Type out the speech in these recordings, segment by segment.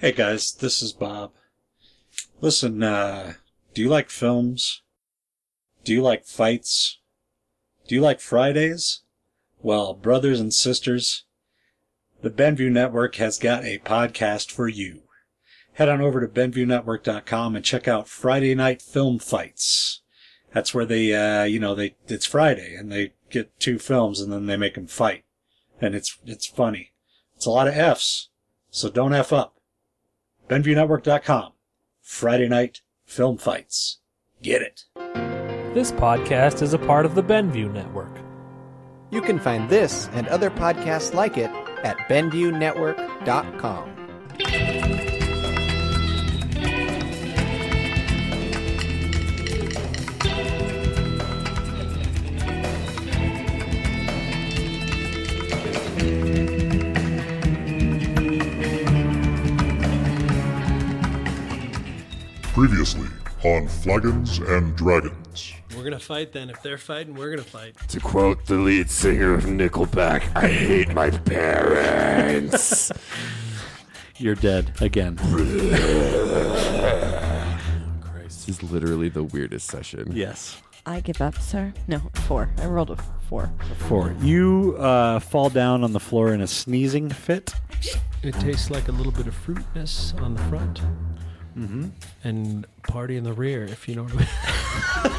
Hey guys, this is Bob. Listen, uh, do you like films? Do you like fights? Do you like Fridays? Well, brothers and sisters, the Benview Network has got a podcast for you. Head on over to BenviewNetwork.com and check out Friday Night Film Fights. That's where they, uh, you know, they it's Friday and they get two films and then they make them fight, and it's it's funny. It's a lot of F's, so don't f up. BenviewNetwork.com. Friday night film fights. Get it. This podcast is a part of the Benview Network. You can find this and other podcasts like it at BenviewNetwork.com. Previously on Flagons and Dragons. We're gonna fight then. If they're fighting, we're gonna fight. To quote the lead singer of Nickelback, I hate my parents. You're dead again. Christ, this is literally the weirdest session. Yes. I give up, sir. No, four. I rolled a four. Four. You uh, fall down on the floor in a sneezing fit. It tastes like a little bit of fruitness on the front, mm-hmm. and party in the rear. If you know what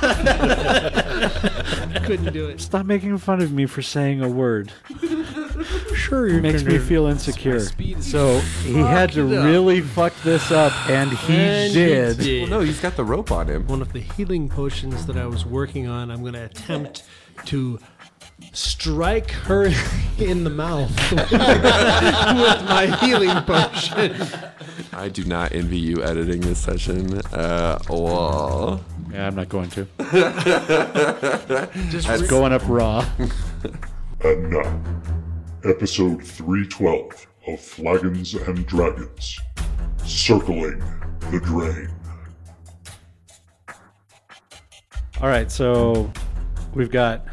I mean. Couldn't do it. Stop making fun of me for saying a word. Sure, you Makes me feel insecure. Speed is So he had to it up. really fuck this up, and he And he did. did. No, he's got the rope on him. One of the healing potions that I was working on. I'm gonna attempt to strike her in the mouth with my healing potion. I do not envy you editing this session at all. Yeah, I'm not going to. Just It's going up raw. And now, episode 312 of Flagons and Dragons Circling the Drain. All right, so we've got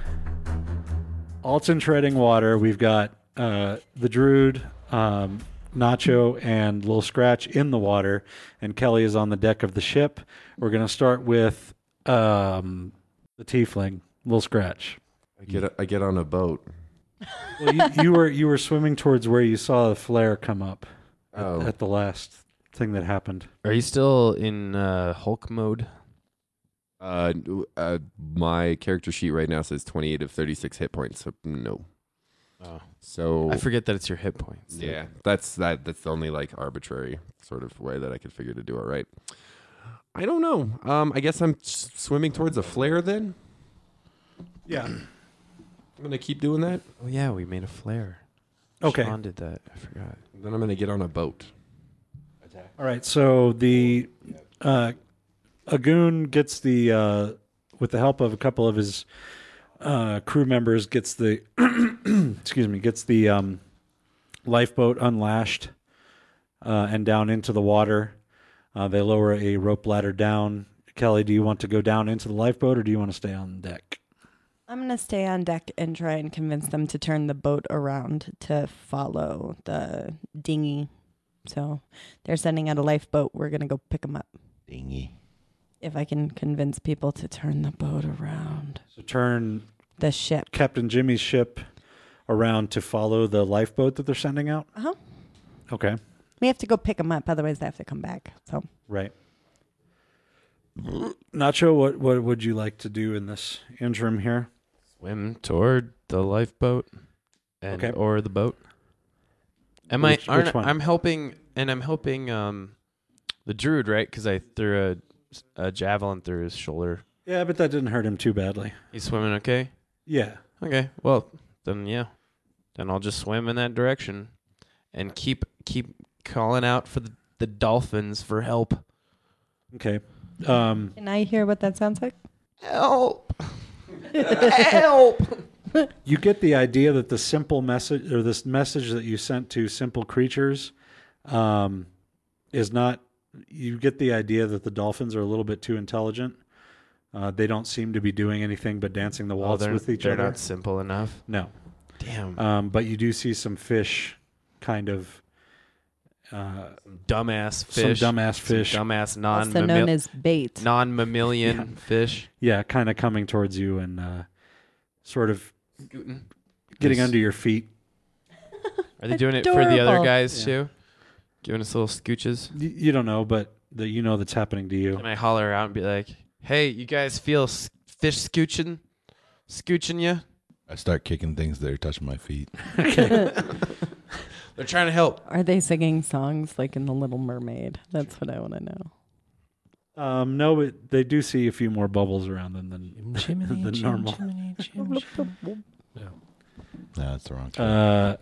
Alton treading water. We've got uh, the Druid, um, Nacho, and Little Scratch in the water, and Kelly is on the deck of the ship. We're gonna start with um, the Tiefling, Little Scratch. I get I get on a boat. Well, you, you were you were swimming towards where you saw the flare come up at, Oh. at the last thing that happened. Are you still in uh, Hulk mode? Uh, n- uh, my character sheet right now says 28 of 36 hit points. So no. Oh. So I forget that it's your hit points. Yeah, that's that. That's the only like arbitrary sort of way that I could figure to do it right. I don't know. Um, I guess I'm s- swimming towards a flare. Then Yeah. I'm gonna keep doing that. Oh yeah, we made a flare. Okay. Sean did that. I forgot. Then I'm gonna get on a boat. All right. So the uh, Agoon gets the uh, with the help of a couple of his uh, crew members gets the excuse me gets the um, lifeboat unlashed uh, and down into the water. Uh, they lower a rope ladder down. Kelly, do you want to go down into the lifeboat or do you want to stay on deck? I'm going to stay on deck and try and convince them to turn the boat around to follow the dinghy. So they're sending out a lifeboat. We're going to go pick them up. Dingy. If I can convince people to turn the boat around, So turn the ship. Captain Jimmy's ship around to follow the lifeboat that they're sending out. Uh-huh. Okay. We have to go pick them up. Otherwise, they have to come back. So Right. Nacho, what what would you like to do in this interim here? Swim toward the lifeboat, and Okay. or the boat. Am Which- I? Aren't, which one? I'm helping, and I'm helping um, the druid right because I threw a, a javelin through his shoulder. Yeah, but that didn't hurt him too badly. He's swimming okay. Yeah. Okay. Well, then yeah. Then I'll just swim in that direction and keep keep calling out for the, the dolphins for help. Okay. Um, can I hear what that sounds like? Help. help. you get the idea that the simple message or this message that you sent to simple creatures um, is not. You get the idea that the dolphins are a little bit too intelligent. Uh, they don't seem to be doing anything but dancing the waltz Oh, they're, with each they're other. not simple enough. Um, No. Damn. Um, but you do see some fish kind of uh, Dumbass some fish. dumbass some fish. Dumbass non also known as bait. non mammalian fish. yeah, kind of coming towards you and uh, sort of getting Yes. under your feet. Are they doing it for the other Adorable. guys too? Giving us little scooches. Y- you don't know, but the, you know that's happening to you. And I holler out and be like, "Hey, you guys feel s- fish scooching, scooching you? I start kicking things that are touching my feet. They're trying to help." Are they singing songs like in The Little Mermaid? That's what I want to know. Um, no, but they do see a few more bubbles around them than Jiminy, the Jim, normal. Jiminy, Jim, Jim. No, that's the wrong. key. Uh,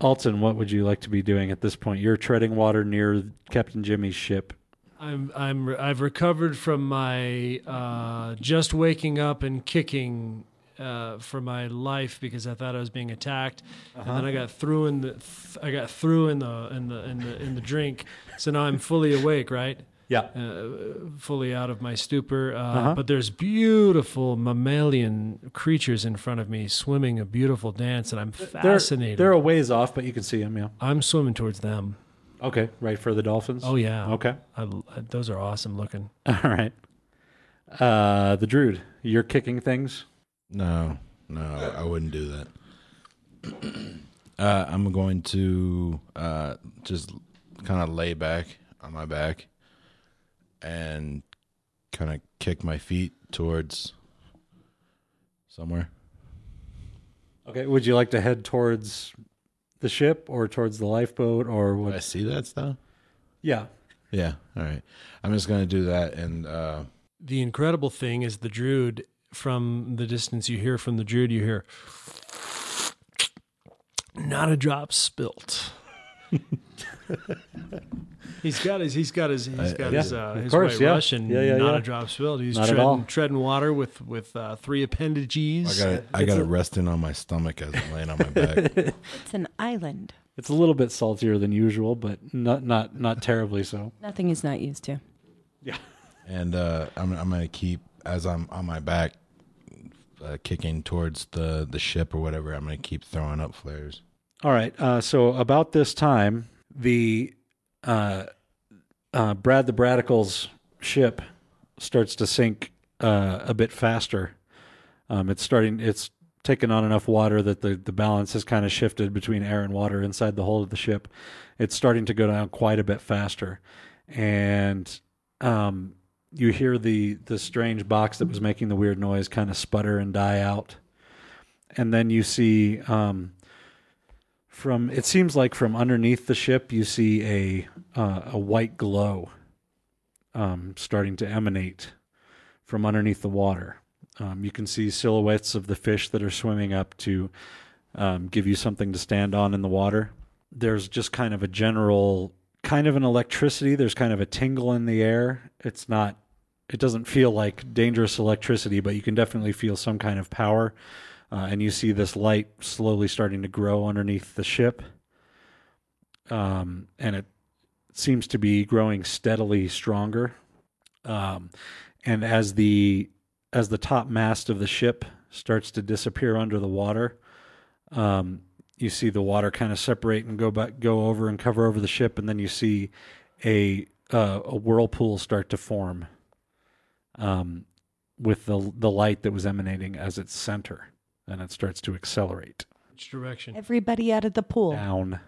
Alton, what would you like to be doing at this point? You're treading water near Captain Jimmy's ship. I'm I'm I've recovered from my uh, just waking up and kicking uh, for my life because I thought I was being attacked, and then Uh-huh. I got through in the th- I got through in the in the in the in the drink, so now I'm fully awake, right? Uh, Yeah. Uh-huh. fully out of my stupor. Uh, But there's beautiful mammalian creatures in front of me swimming a beautiful dance, and I'm They're, fascinated. they're a ways off, but you can see them, yeah. I'm swimming towards them. Okay, right for the dolphins? Oh yeah. Okay. I, I- those are awesome looking. All right. Uh, the Druid, you're kicking things. No, no, I wouldn't do that. uh, I'm going to uh, just kind of lay back on my back and kind of kick my feet towards somewhere. Okay, would you like to head towards the ship or towards the lifeboat or Would I what? see that stuff? Yeah. Yeah. All right. I'm just going to do that and uh, The incredible thing is the Druid from the distance you hear from the Druid, you hear not a drop spilt. he's got his he's got his he's got yeah, his uh, of his course, white yeah. Russian Yeah, yeah, not yeah. a drop spilt. He's Not at all. treading, treading water with with uh, three I appendages. got it. I got it resting on my stomach as I'm laying on my back. It's an island. It's a little bit saltier than usual, but not not not terribly so. Nothing he's not used to. and uh, I'm I'm gonna keep as I'm on my back, uh, kicking towards the the ship or whatever. I'm gonna keep throwing up flares. All right. Uh, so about this time, the uh, uh, Brad the Bradical's ship starts to sink uh, a bit faster. Um, it's starting. It's taken on enough water that the the balance has kind of shifted between air and water inside the hull of the ship. It's starting to go down quite a bit faster, and um, you hear the the strange box that was making the weird noise kind of sputter and die out, and then you see. Um, from it seems like from underneath the ship you see a uh, a white glow um, starting to emanate from underneath the water. Um, you can see silhouettes of the fish that are swimming up to um, give you something to stand on in the water. There's just kind of a general kind of an electricity. There's kind of a tingle in the air. It's not. It doesn't feel like dangerous electricity, but you can definitely feel some kind of power uh, and you see this light slowly starting to grow underneath the ship. Um, and it seems to be growing steadily stronger. Um, and as the as the top mast of the ship starts to disappear under the water, um, you see the water kind of separate and go back, go over and cover over the ship, and then you see a uh, a whirlpool start to form um, with the the light that was emanating as its center and it starts to accelerate Which direction? Everybody out of the pool. down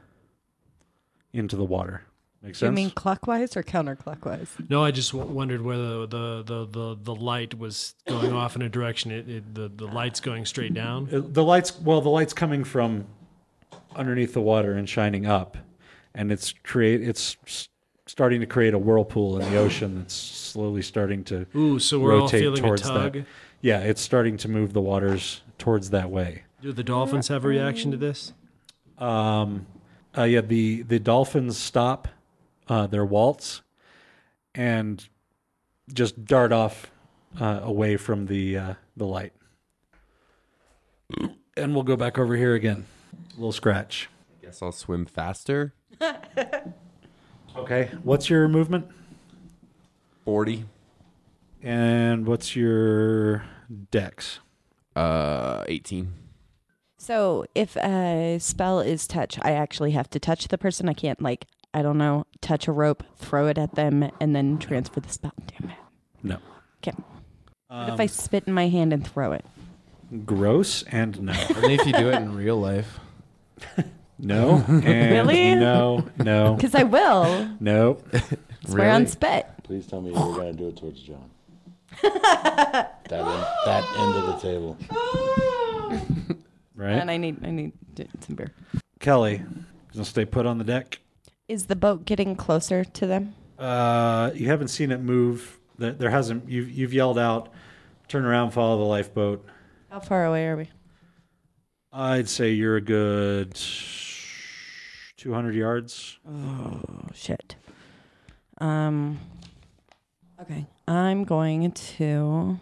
into the water. Makes Do you sense. mean clockwise or counterclockwise? No, I just w- wondered whether the, the, the, the light was going off in a direction. It, it the, the light's going straight down. Uh, the lights, well, the lights coming from underneath the water and shining up, and it's create it's s- starting to create a whirlpool in the ocean that's slowly starting to Ooh, so we're all rotate feeling a towards tug. that. Yeah, it's starting to move the waters towards that way. Do the dolphins have a reaction to this? Um, uh, yeah, the the dolphins stop uh, their waltz and just dart off uh, away from the uh, the light. And we'll go back over here again. little scratch. Guess I'll swim faster. Okay. What's your movement? Forty. And what's your dex? Uh, eighteen. So if a spell is touch, I actually have to touch the person. I can't like I don't know, touch a rope, throw it at them, and then transfer the spell. Damn it. No. Okay. what Um, if I spit in my hand and throw it? Um, Gross and no. Only if you do it in real life. No. and Really? No. Oh. No. Because I will. No. Swear on spit. Please tell me you were gonna do it towards John. that end, that end of the table. Right? And I need I need d- some beer. Kelly, gonna stay put on the deck. Is the boat getting closer to them? Uh, you haven't seen it move. There, there hasn't. You've, you've yelled out, turn around, follow the lifeboat. How far away are we? I'd say you're a good 200 yards. Oh shit. Um Okay. I'm going to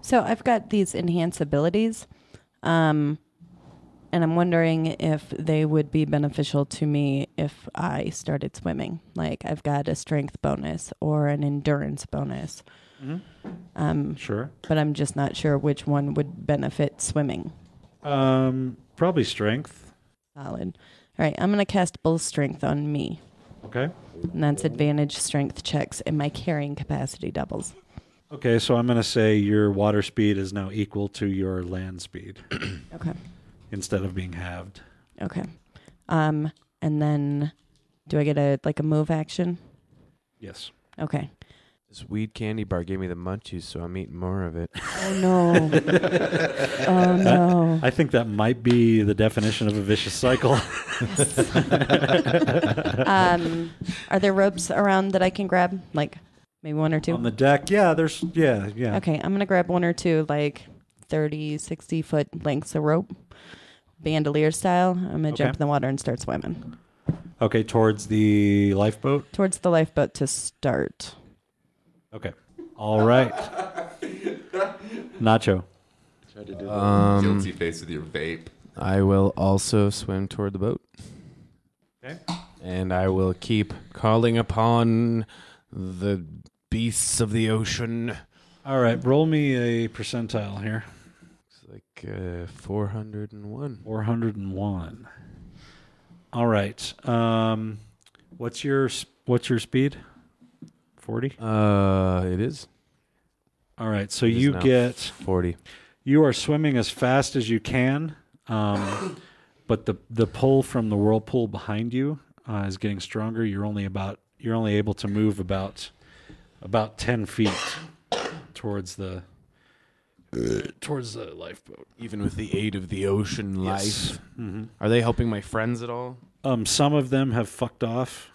So I've got these enhance abilities. Um and I'm wondering if they would be beneficial to me if I started swimming. Like I've got a strength bonus or an endurance bonus. Um, Sure. but I'm just not sure which one would benefit swimming. Um, probably strength. Solid. All right, I'm gonna cast bull strength on me, Okay. and that's advantage strength checks, and my carrying capacity doubles. Okay, so I'm going to say your water speed is now equal to your land speed Okay. instead of being halved. Okay. Um, and then do I get a like a move action? Yes. Okay. This weed candy bar gave me the munchies, so I'm eating more of it. Oh no. oh no. I think that might be the definition of a vicious cycle. Um, are there ropes around that I can grab? Like maybe one or two? on the deck. Yeah, there's yeah, yeah. Okay, I'm gonna grab one or two like 30, 60 foot lengths of rope, bandolier style. I'm gonna jump in the water and start swimming Okay, towards the lifeboat. towards the lifeboat to start. Okay. All right. Nacho. Guilty face with your vape. I will also swim toward the boat. Okay. And I will keep calling upon the beasts of the ocean. All right, roll me a percentile here. It's like uh, 401. 401. All right. Um what's your s- what's your speed? 40. Uh, it is. All right. So It is you now get 40. you are swimming as fast as you can, um, but the the pull from the whirlpool behind you uh, is getting stronger. You're only about you're only able to move about about ten feet towards the towards the lifeboat. Even with the aid of the ocean life. Yes. Mhm. Are they helping my friends at all? Um, some of them have fucked off.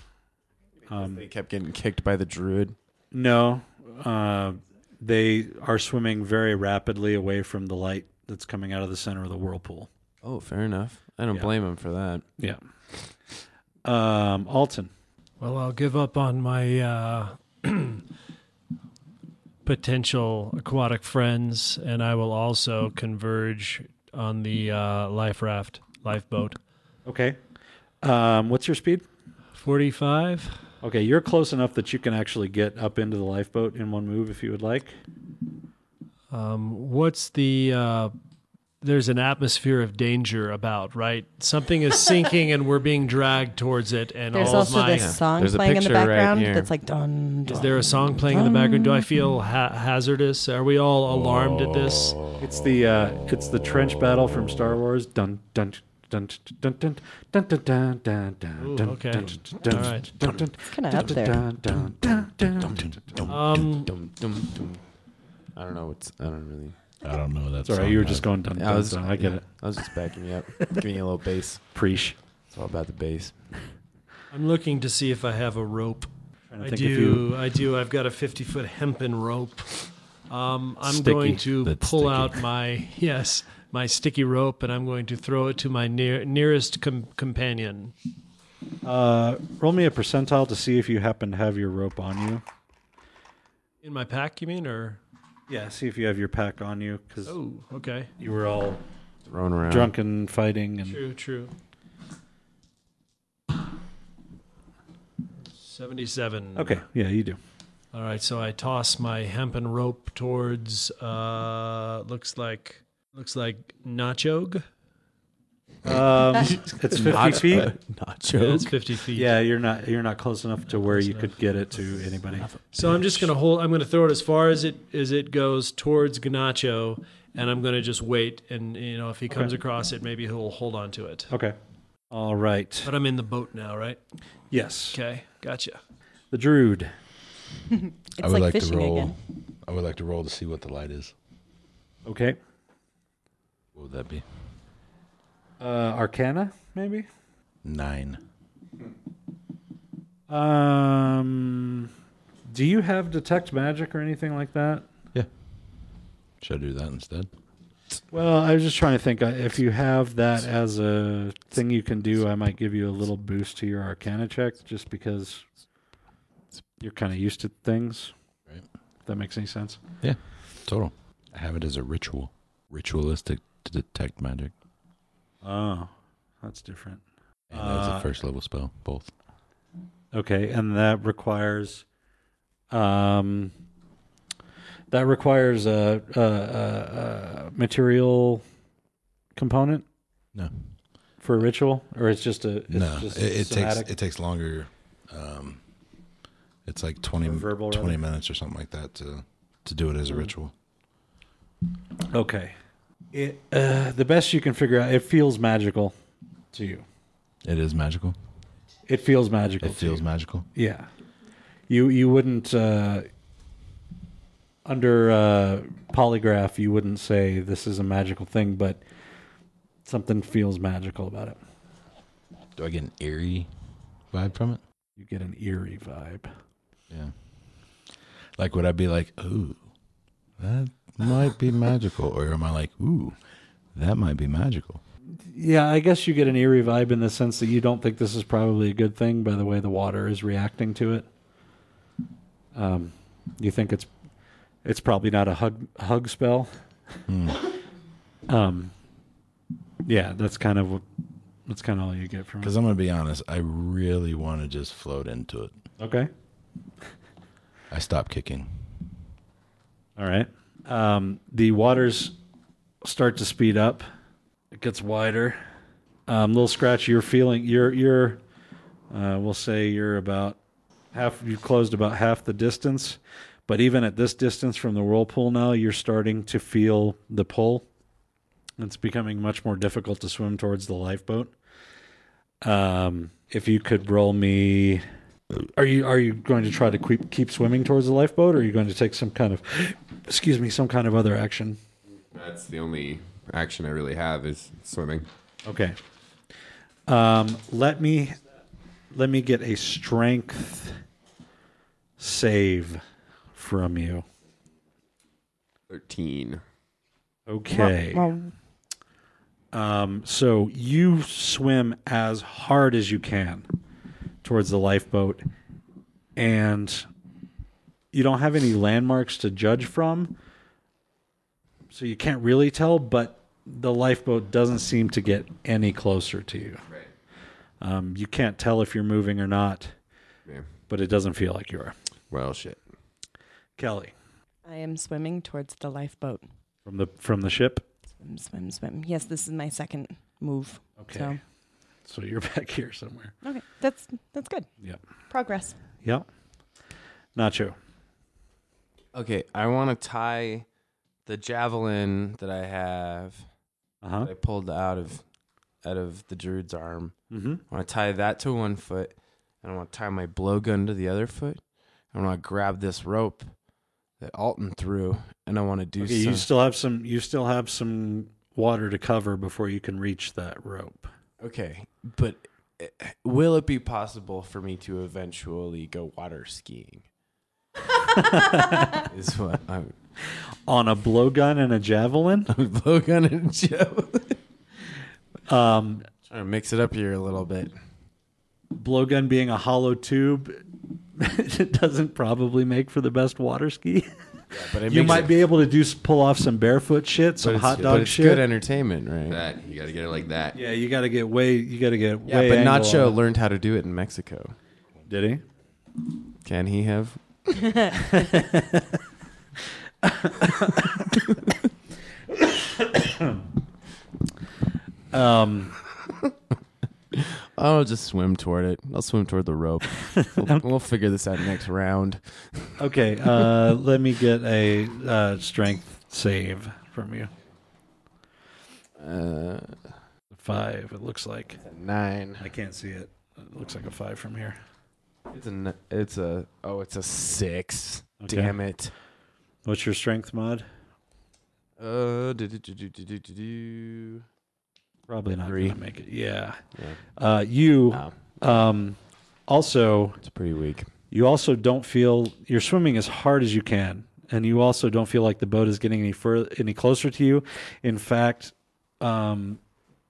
um, they kept getting kicked by the druid. No, uh, they are swimming very rapidly away from the light that's coming out of the center of the whirlpool. Oh, fair enough. I don't Yeah. blame him for that. Yeah. Um, Alton. Well, I'll give up on my uh, potential aquatic friends, and I will also converge on the uh, life raft, lifeboat. Okay. Um, what's your speed? 45? Okay, you're close enough that you can actually get up into the lifeboat in one move if you would like. Um, what's the. Uh, there's an atmosphere of danger about, right? Something is sinking and we're being dragged towards it, and There's all of also my. this song There's a playing in the picture right background here. that's like dun. Is dun. there a song playing in the background? Do I feel ha- hazardous? Are we all alarmed at this? It's the uh, it's the trench battle from Star Wars. Dun dun dun dun dun dun dun dun dun dun Ooh, dun okay. dun dun All right. dun dun kinda up dun there. dun dun dun dun dun. Um, Dum, dum, dum. I don't know what's. I don't really. I don't know. That's It's all right. You were just going dun Yeah, I dun was. dun. I get yeah, it. I was just backing you up, giving you a little bass. Preach. It's all about the bass. I'm looking to see if I have a rope. Trying I, to think if you do. I do. I've got a 50 foot hempen rope. Um, I'm Sticky. going to That's pull sticky. out my yes, my sticky rope, and I'm going to throw it to my near, nearest com- companion. uh, roll me a percentile to see if you happen to have your rope on you. In my pack, you mean? Or Yeah, see if you have your pack on you because oh, okay, you were all Thrown around. drunk and fighting and true, true. Seventy-seven. okay. Yeah, you do. All right, so I toss my hempen rope towards uh looks like looks like Nachog. Um, it's fifty Not- feet. not Yeah, it's joke. 50 feet. Yeah, you're not you're not close enough to where you could get it to anybody. So I'm just gonna hold. I'm gonna throw it as far as it as it goes towards Ganacho, and I'm gonna just wait. And you know, if he comes Okay. across it, maybe he'll hold on to it. Okay. All right. But I'm in the boat now, right? Yes. Okay, gotcha. The Druid. I would like, to roll. I would like to roll to see what the light is. Okay. What would that be? Uh, Arcana, maybe. Nine. Um, do you have detect magic or anything like that? Should I do that instead? Well, I was just trying to think. uh, If you have that as a thing you can do, I might give you a little boost to your Arcana check, just because you're kind of used to things. Right. If that makes any sense. Yeah. Total. I have it as a ritual. Ritualistic to detect magic. Oh, that's different. And that was Uh, a first level spell. Both. Okay, and that requires, um, that requires a, a, a, a material component. No. For a ritual, or it's just a it's no, just it, it takes somatic? it takes longer. Um, it's like 20, Or verbal, 20 rather. minutes or something like that to to do it as a Mm-hmm. Mm. ritual. Okay. It uh, the best you can figure out. It feels magical to you. It is magical. It feels magical. It to feels you. magical. Yeah. You you wouldn't uh, under uh, polygraph. You wouldn't say this is a magical thing, but something feels magical about it. Do I get an eerie vibe from it? You get an eerie vibe. Yeah. Like, would I be like, ooh, that might be magical? Or am I like, ooh, that might be magical? Yeah, I guess you get an eerie vibe in the sense that you don't think this is probably a good thing by the way the water is reacting to it. Um, you think it's it's probably not a hug hug spell. Hmm. Um, yeah, that's kind of what- that's kind of all you get from it. Because I'm going to be honest, I really want to just float into it. Okay. I stop kicking. All right. Um, the waters start to speed up. It gets wider. Um, little scratch. You're feeling. You're. You're. Uh, we'll say you're about half. You've closed about half the distance, but even at this distance from the whirlpool now, you're starting to feel the pull. It's becoming much more difficult to swim towards the lifeboat. Um, if you could roll me, are you are you going to try to keep keep swimming towards the lifeboat, or are you going to take some kind of, excuse me, some kind of other action? That's the only action I really have is swimming. Okay. Um, let me let me get a strength save from you. 13. Okay. Um, so you swim as hard as you can towards the lifeboat, and you don't have any landmarks to judge from, so you can't really tell. But the lifeboat doesn't seem to get any closer to you. Right. Um, you can't tell if you're moving or not, Yeah. but it doesn't feel like you are. Well, shit. Kelly I am swimming towards the lifeboat. from the from the ship. Swim, swim, swim. Yes, this is my second move. Okay. So, So you're back here somewhere. okay, that's that's good. Yep. Progress. Yep. Nacho. Okay, I want to tie the javelin that I have Uh-huh. that I pulled out of out of the druid's arm. Mhm. I want to tie that to one foot, and I want to tie my blowgun to the other foot. I want to grab this rope that Alton threw, and I want to do Okay, you some- still have some. You still have some water to cover before you can reach that rope. Okay, but eh, will it be possible for me to eventually go water skiing? is what I'm On a blowgun and a javelin. blowgun and javelin. Um, trying to mix it up here a little bit. Blowgun being a hollow tube, it doesn't probably make for the best water ski. but it you makes might it- be able to do s- pull off some barefoot shit, some it's- hot but dog it's shit. good entertainment, right? That, you gotta get it like that. yeah, you got to get way. You got to get Yeah, way. but angle Nacho on it. learned how to do it in Mexico. did he? Can he have? Um, I'll just swim toward it. I'll swim toward the rope. We'll, we'll figure this out next round. Okay, uh, let me get a uh, strength save from you. Uh, five. It looks like nine. I can't see it. It looks like a five from here. It's a n- it's a oh it's a six. Damn it. What's your strength mod? Uh, do, do, do, do, do, do, do, do. Probably not Three. gonna make it. Yeah. Yeah. Uh, you um, also. It's pretty weak. You also don't feel you're swimming as hard as you can, and you also don't feel like the boat is getting any further, any closer to you. In fact, um,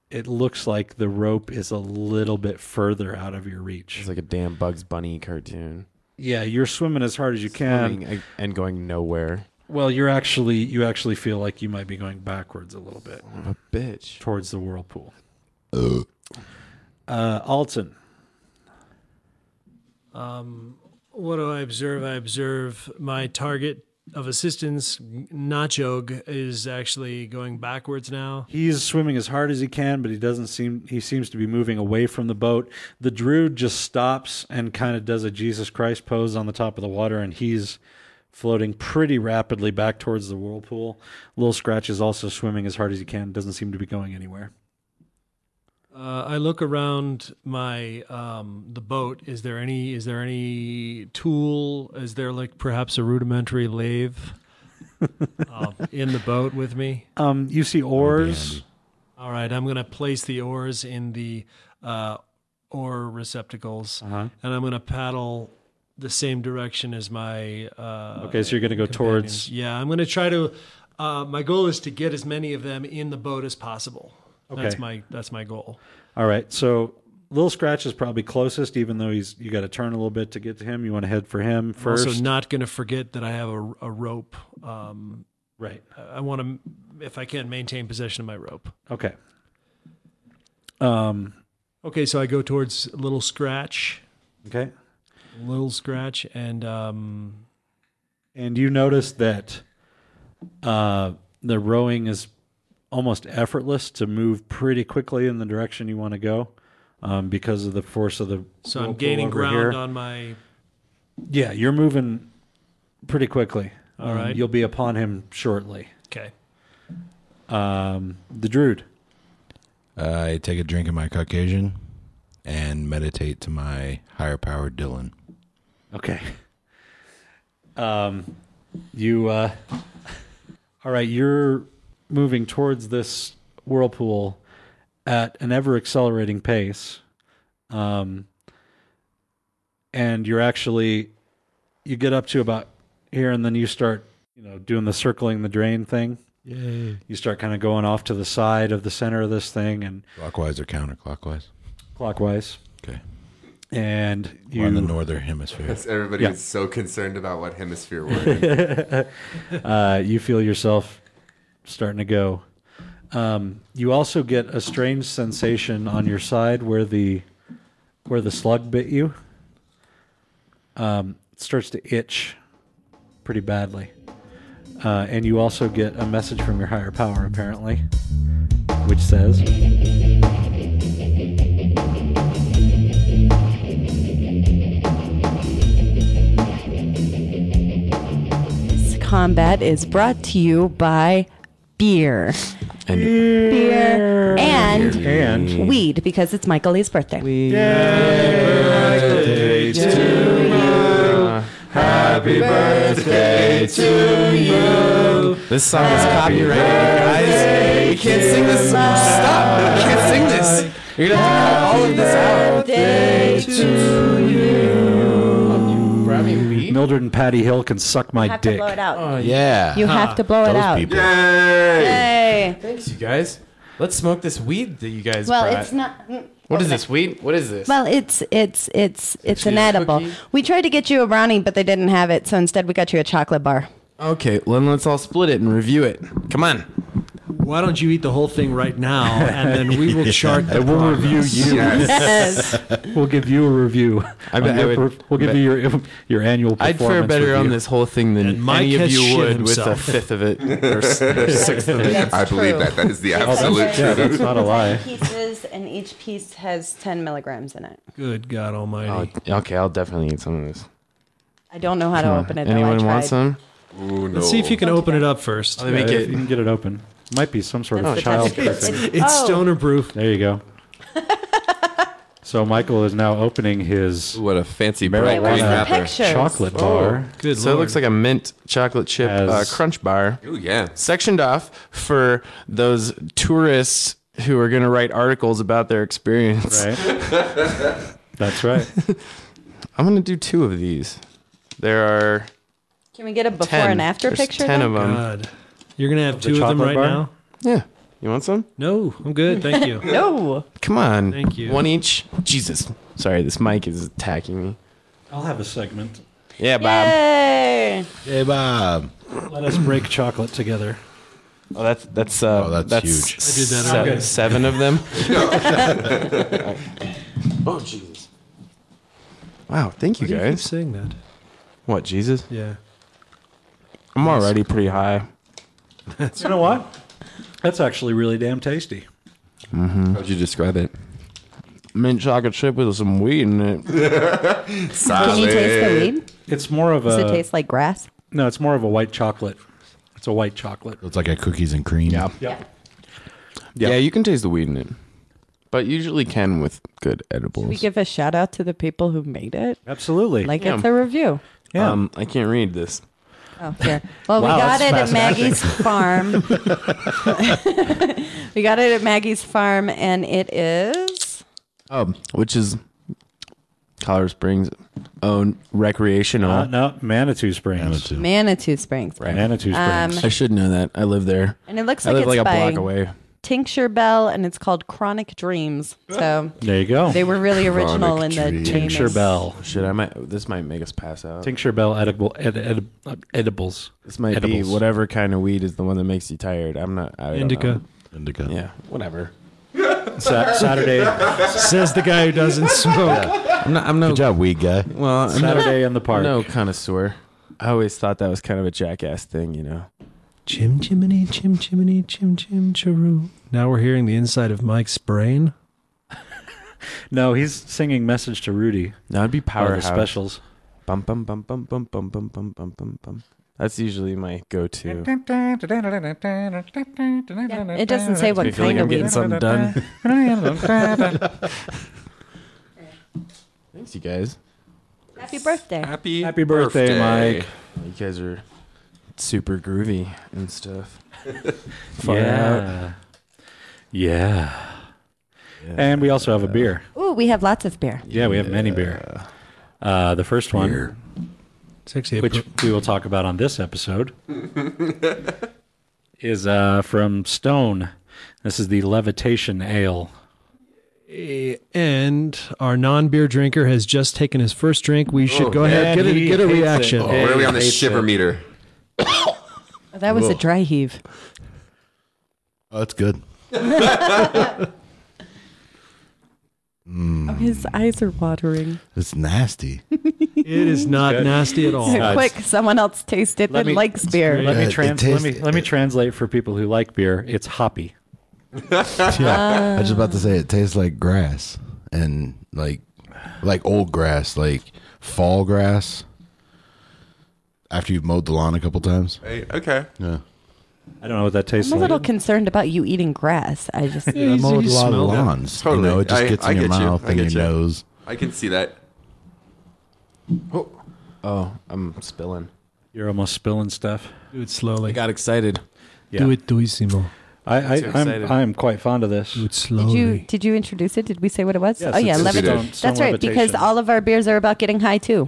it looks like the rope is a little bit further out of your reach. It's like a damn Bugs Bunny cartoon. Yeah, you're swimming as hard as you can. Swimming and- and going nowhere. Well, you're actually you actually feel like you might be going backwards a little bit Son of a bitch. towards the whirlpool. Uh, Alton, Um, what do I observe? I observe my target of assistance, Nacho, is actually going backwards now. he's swimming as hard as he can, but he doesn't seem he seems to be moving away from the boat. The Druid just stops and kind of does a Jesus Christ pose on the top of the water, and he's floating pretty rapidly back towards the whirlpool. Little Scratch is also swimming as hard as he can, doesn't seem to be going anywhere. Uh, I look around my um, the boat. Is there any? Is there any tool? Is there like perhaps a rudimentary lathe uh, in the boat with me? Um, you see oars. All right, I'm going to place the oars in the uh, oar receptacles, Uh-huh. and I'm going to paddle the same direction as my. Uh, Okay, so you're gonna go companions. towards- Yeah, I'm going to try to. Uh, my goal is to get as many of them in the boat as possible. That's Okay. my that's my goal. All right. So Little Scratch is probably closest, even though he's you got to turn a little bit to get to him. You want to head for him I'm first. also not going to forget that I have a, a rope. Um, right. I- I want to, if I can, maintain possession of my rope. Okay. Um. Okay, so I go towards little scratch, Okay. little scratch, and um, And you notice that uh, the rowing is almost effortless to move pretty quickly in the direction you want to go um, because of the force of the. so I'm whirlpool gaining over ground here. on my Yeah, you're moving pretty quickly. All Um, right. You'll be upon him shortly. Okay. Um, the Druid. Uh, I take a drink of my Caucasian and meditate to my higher power, Dylan. Okay. Um, you. Uh, all right, you're moving towards this whirlpool at an ever accelerating pace, um, and you're actually you get up to about here, and then you start you know doing the circling the drain thing. Yay. You start kind of going off to the side of the center of this thing and Clockwise or counterclockwise? clockwise, Okay. and you We're in the northern hemisphere. Everybody Yeah. is so concerned about what hemisphere we're in. uh, you feel yourself starting to go. Um, you also get a strange sensation on your side where the where the slug bit you. Um, it starts to itch pretty badly, uh, and you also get a message from your higher power apparently, which says. This combat is brought to you by beer. And- beer and, And- weed because it's Michael Lee's birthday. Happy birthday to you. This song is copyrighted, guys. You can't sing this. Stop. You can't sing this. You're gonna have to cut all of this out. Mildred and Patty Hill can suck my You have to dick. blow it out. yeah. You have to blow it out. Ah. people. Yay! Thanks, you guys. Let's smoke this weed that you guys Well, brought. it's not. mm, what is this weed? What is this? Well, it's it's it's it's an Cheese edible. cookie? We tried to get you a brownie, but they didn't have it, so instead we got you a chocolate bar. okay, then let's all split it and review it. Come on. Why don't you eat the whole thing right now, and then we will chart the And we'll review progress. you. we'll give you a review. I on bet I your would- per- we'll give bet- you your your annual. I'd Performance fare better on review. this whole thing than Mike any of has you shit would himself. with a fifth of it or, s- or sixth of it. That's I believe true. that. That is the Because absolute there's truth. Yeah, that's not a lie. Pieces, and each piece has 10 milligrams in it. Good God Almighty! Oh, okay, I'll definitely eat some of this. I don't know how to Come on. open it. though. I Anyone tried. want some? Ooh, Let's see if you can open it up first. Let me make Yeah, it- if you can get it open. Might be some Oh, sort That's of the child. touch screen. perfect. It's- It's oh. stoner proof. There you go. so Michael is now opening his what a fancy bright green wrapper. pictures? chocolate Oh. bar. Good so it looks like a mint chocolate chip uh, Has- crunch bar. Ooh, yeah. Sectioned off for those tourists who are going to write articles about their experience. That's right. I'm going to do two of these. There are Can we get a before 10. and after There's picture? 10 then? of Um, them. God. You're gonna have the two of them right chocolate bar? now. Yeah. You want some? No, I'm good. Thank you. no. Come on. Thank you. One each. Jesus. Sorry, this mic is attacking me. I'll have a segment. Yeah, Bob. Yay! Hey, Bob. Let us break chocolate together. Oh, that's that's uh, Oh, that's that's huge. s- I did that se- already. seven of them. oh Jesus! Wow, thank you Why do you keep guys. saying that? What Jesus? Yeah. I'm already pretty high. You know what? That's actually really damn tasty. How'd you describe it? Mint chocolate chip with some weed in it. Can you taste the weed? It's more of Uh, Does it a taste like grass? no. It's more of a white chocolate. It's a white chocolate. It's like a cookies and cream. Yeah. Yeah, you can taste the weed in it, but usually can with good edibles. We give a shout out to the people who made it. Absolutely. Like Yeah. it's a review. yeah. Um, I can't read this. Oh, here. Well, Wow, we got it that's at Maggie's farm. we got it at Maggie's farm, and it is. Um, which is Colorado Springs' own recreational. Uh, no, Manitou Springs. Manitou. Manitou Springs. Manitou Um, Springs. I should know that. I live there. And it looks I like live it's like a by block away. Tincture Bell, and it's called Chronic Dreams. So there you Oh. go. they were really original in the Dreams. naming. Tincture Bell. Shit, I might. This might make us pass out. Tincture Bell edible ed, ed, edibles. this might edibles. be whatever kind of weed is the one that makes you tired. I'm not. I don't Indica know. Indica. Yeah, whatever. Sa- Saturday, says the guy who doesn't smoke. I'm not. I'm no. Good job, weed guy. Well, I'm not, Saturday in the park. no connoisseur. I always thought that was kind of a jackass thing, you know. Chim chimney, chim chimney, chim chim chiroo. Now we're hearing the inside of Mike's brain. No, he's singing "Message to Rudy" That would be out of the powerhouse. specials. Bum bum bum bum bum bum bum bum bum bum bum. That's usually my go-to. Yeah, it doesn't say I what feel like kind I'm of weed. getting something done. Thanks, you guys. Happy birthday. Happy Happy birthday, Mike. You guys are super groovy and stuff. yeah. yeah, And we also have a beer. Ooh, we have lots of beer. Yeah, we have many beer. Uh, the first one, Sexy. which we will talk about on this episode, is uh, from Stone. This is the Levitation Ale. and our non-beer drinker has just taken his first drink. We should go ahead and get a, he get a hates it. reaction. Oh. Where are we on the Hates shiver it. meter? Oh, that was a dry heave. Oh, that's good. Oh, his eyes are watering. It's nasty. It is not nasty at Oh, all. it's- Quick, someone else taste it Let that me- likes beer. Let Yeah, me it trans. tastes- let me let me translate for people who like beer. It's hoppy. yeah. I was just about to say it tastes like grass and like like old grass, like fall grass. After you've mowed the lawn a couple times. Hey, okay. Yeah. I don't know what that tastes I'm a like. little concerned about you eating grass. I just I mowed a lot of smelled it. lawns. Totally. You know, it just I- gets I in your get you. mouth I and your get you. nose. I can see that. Oh, I'm spilling. You're almost spilling stuff. Do it I slowly. got excited. Yeah. Do it duissimo. I, I Too I'm excited. I'm quite fond of this. Do it did you slowly. did you introduce it? Did we say what it was? Yes, oh yeah, it's- we did. levitation. Stone- That's stone right, because levitation. all of our beers are about getting high too.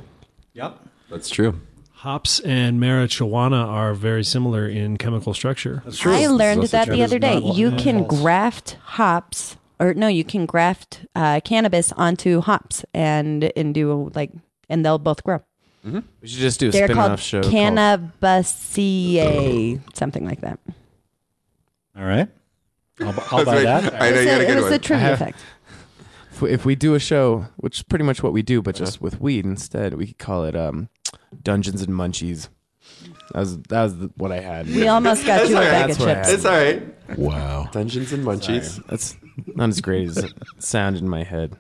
Yep. That's true. Hops and marijuana are very similar in chemical structure. I learned Sausage that is the other day. not li- You not can false. graft hops, or no, you can graft uh, cannabis onto hops and and do like, and they'll both grow. We should just do a They're spin-off called show. called- cannabaceae, something like that. All right. I'll, bu- I'll That's buy right. that. I know you had a It was- it good was one. the trivia I have- effect. If we, if we do a show, which is pretty much what we do, but just with weed instead, we could call it um, Dungeons and Munchies. That was that was the- what I had. We almost got That's you a all right. bag of That's what I chips. had. It's all right. Wow. Dungeons and Munchies. Sorry. That's not as great as it sounded in my head.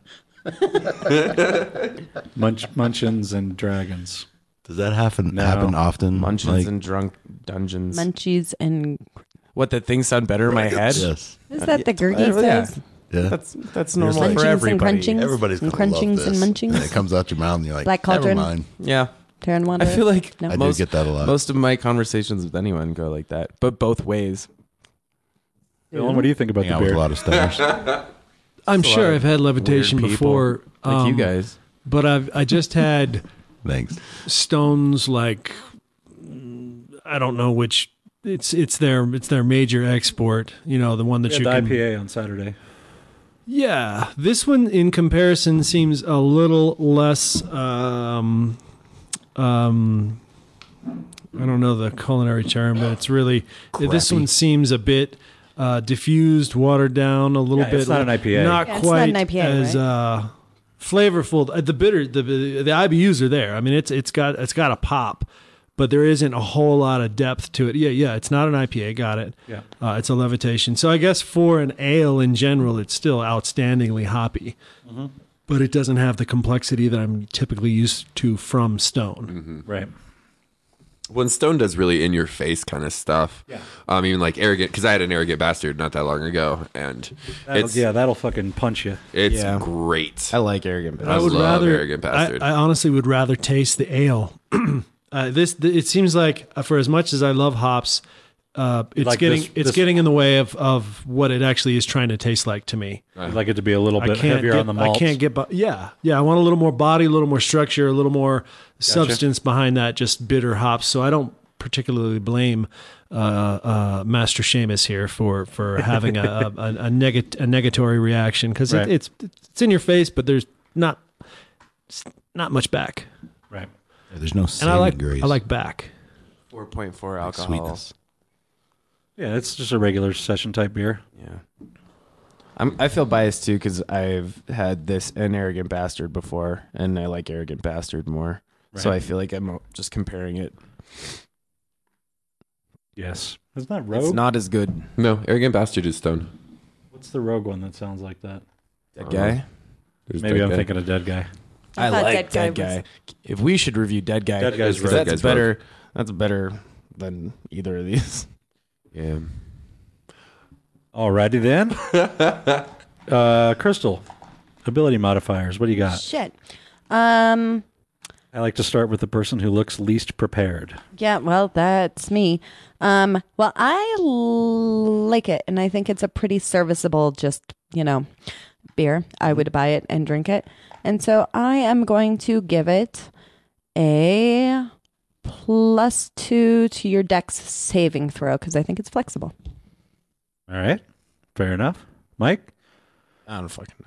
Munch, munchins and dragons. Does that happen happen often? Munchins Mm, Like- and drunk dungeons. Munchies and what that thing sound better in my head? Yes. Is that the Gurgi says? Yeah. That's that's You're normal just for like- everybody. crunchings Everybody's and gonna love crunchings and this. munchings. it comes out your mouth and you're like, Black Cauldron. Never mind. Yeah. Terran I Wanderer? feel like No. I do get that a lot. Most of my conversations with anyone go like that, but both ways. Dylan, what do you think about Hang out the with beer? a lot of stoners. I'm It's a lot sure of I've had levitation weird people, before, like you um, guys. but I've I just had Thanks. stones like mm, I don't know which. It's it's their it's their major export. You know the one that We had you the can IPA on Saturday. Yeah, this one in comparison seems a little less. Um, um, I don't know the culinary term, but it's really this Crappy. one seems a bit uh, diffused, watered down a little Yeah, bit. it's not an IPA. Not Yeah, it's not quite an IPA, as right? uh, flavorful. Uh, The bitter, the the IBUs are there. I mean, it's it's got it's got a pop. But there isn't a whole lot of depth to it. Yeah, yeah, it's not an IPA. Got it. Yeah. Uh, it's a levitation. So I guess for an ale in general, it's still outstandingly hoppy, but it doesn't have the complexity that I'm typically used to from Stone. Right. when Stone does really in your face kind of stuff. Yeah. Um, even like arrogant, because I had an arrogant bastard not that long ago, and That'll- it's yeah, that'll fucking punch you. it's Yeah. great. I like arrogant. I, bastards. would love rather arrogant I, bastard. I honestly would rather taste the ale. uh, this th- it seems like uh, for as much as I love hops, uh, it's Like getting this- it's this- getting in the way of of what it actually is trying to taste like to me. I'd like it to be a little I bit can't heavier get, on the malt. I can't get, bu- yeah, yeah. I want a little more body, a little more structure, a little more substance behind that just bitter hops. So I don't particularly blame uh, uh, Master Seamus here for for having a a, a, a, negat- a negatory reaction because Right. it, it's it's in your face, but there's not it's not much back. Right. Yeah, there's no And I saving like grace. I like back. Four point four alcohol. sweetness. Yeah, it's just a regular session type beer. Yeah. I'm, I feel biased too because I've had this an arrogant bastard before, and I like arrogant bastard more. So Right. I feel like I'm just comparing it. Yes. Isn't that Rogue? It's not as good. no, arrogant bastard is Stone. What's the Rogue one that sounds like that? That guy. There's Maybe that I'm guy. thinking of Dead Guy. I, thought like Dead Dead Guy Guy. was- If we should review Dead Guy, Dead Guy's 'cause rogue. that's Dead Guy's better. That's better than either of these. Yeah. Alrighty then. uh, Crystal, ability modifiers. What do you got? Shit. Um, I like to start with the person who looks least prepared. yeah, well, that's me. Um, well, I l- like it, and I think it's a pretty serviceable, just, you know, beer. I would buy it and drink it. And so I am going to give it a plus two to your dex saving throw because I think it's flexible. All right. Fair enough. Mike? I don't fucking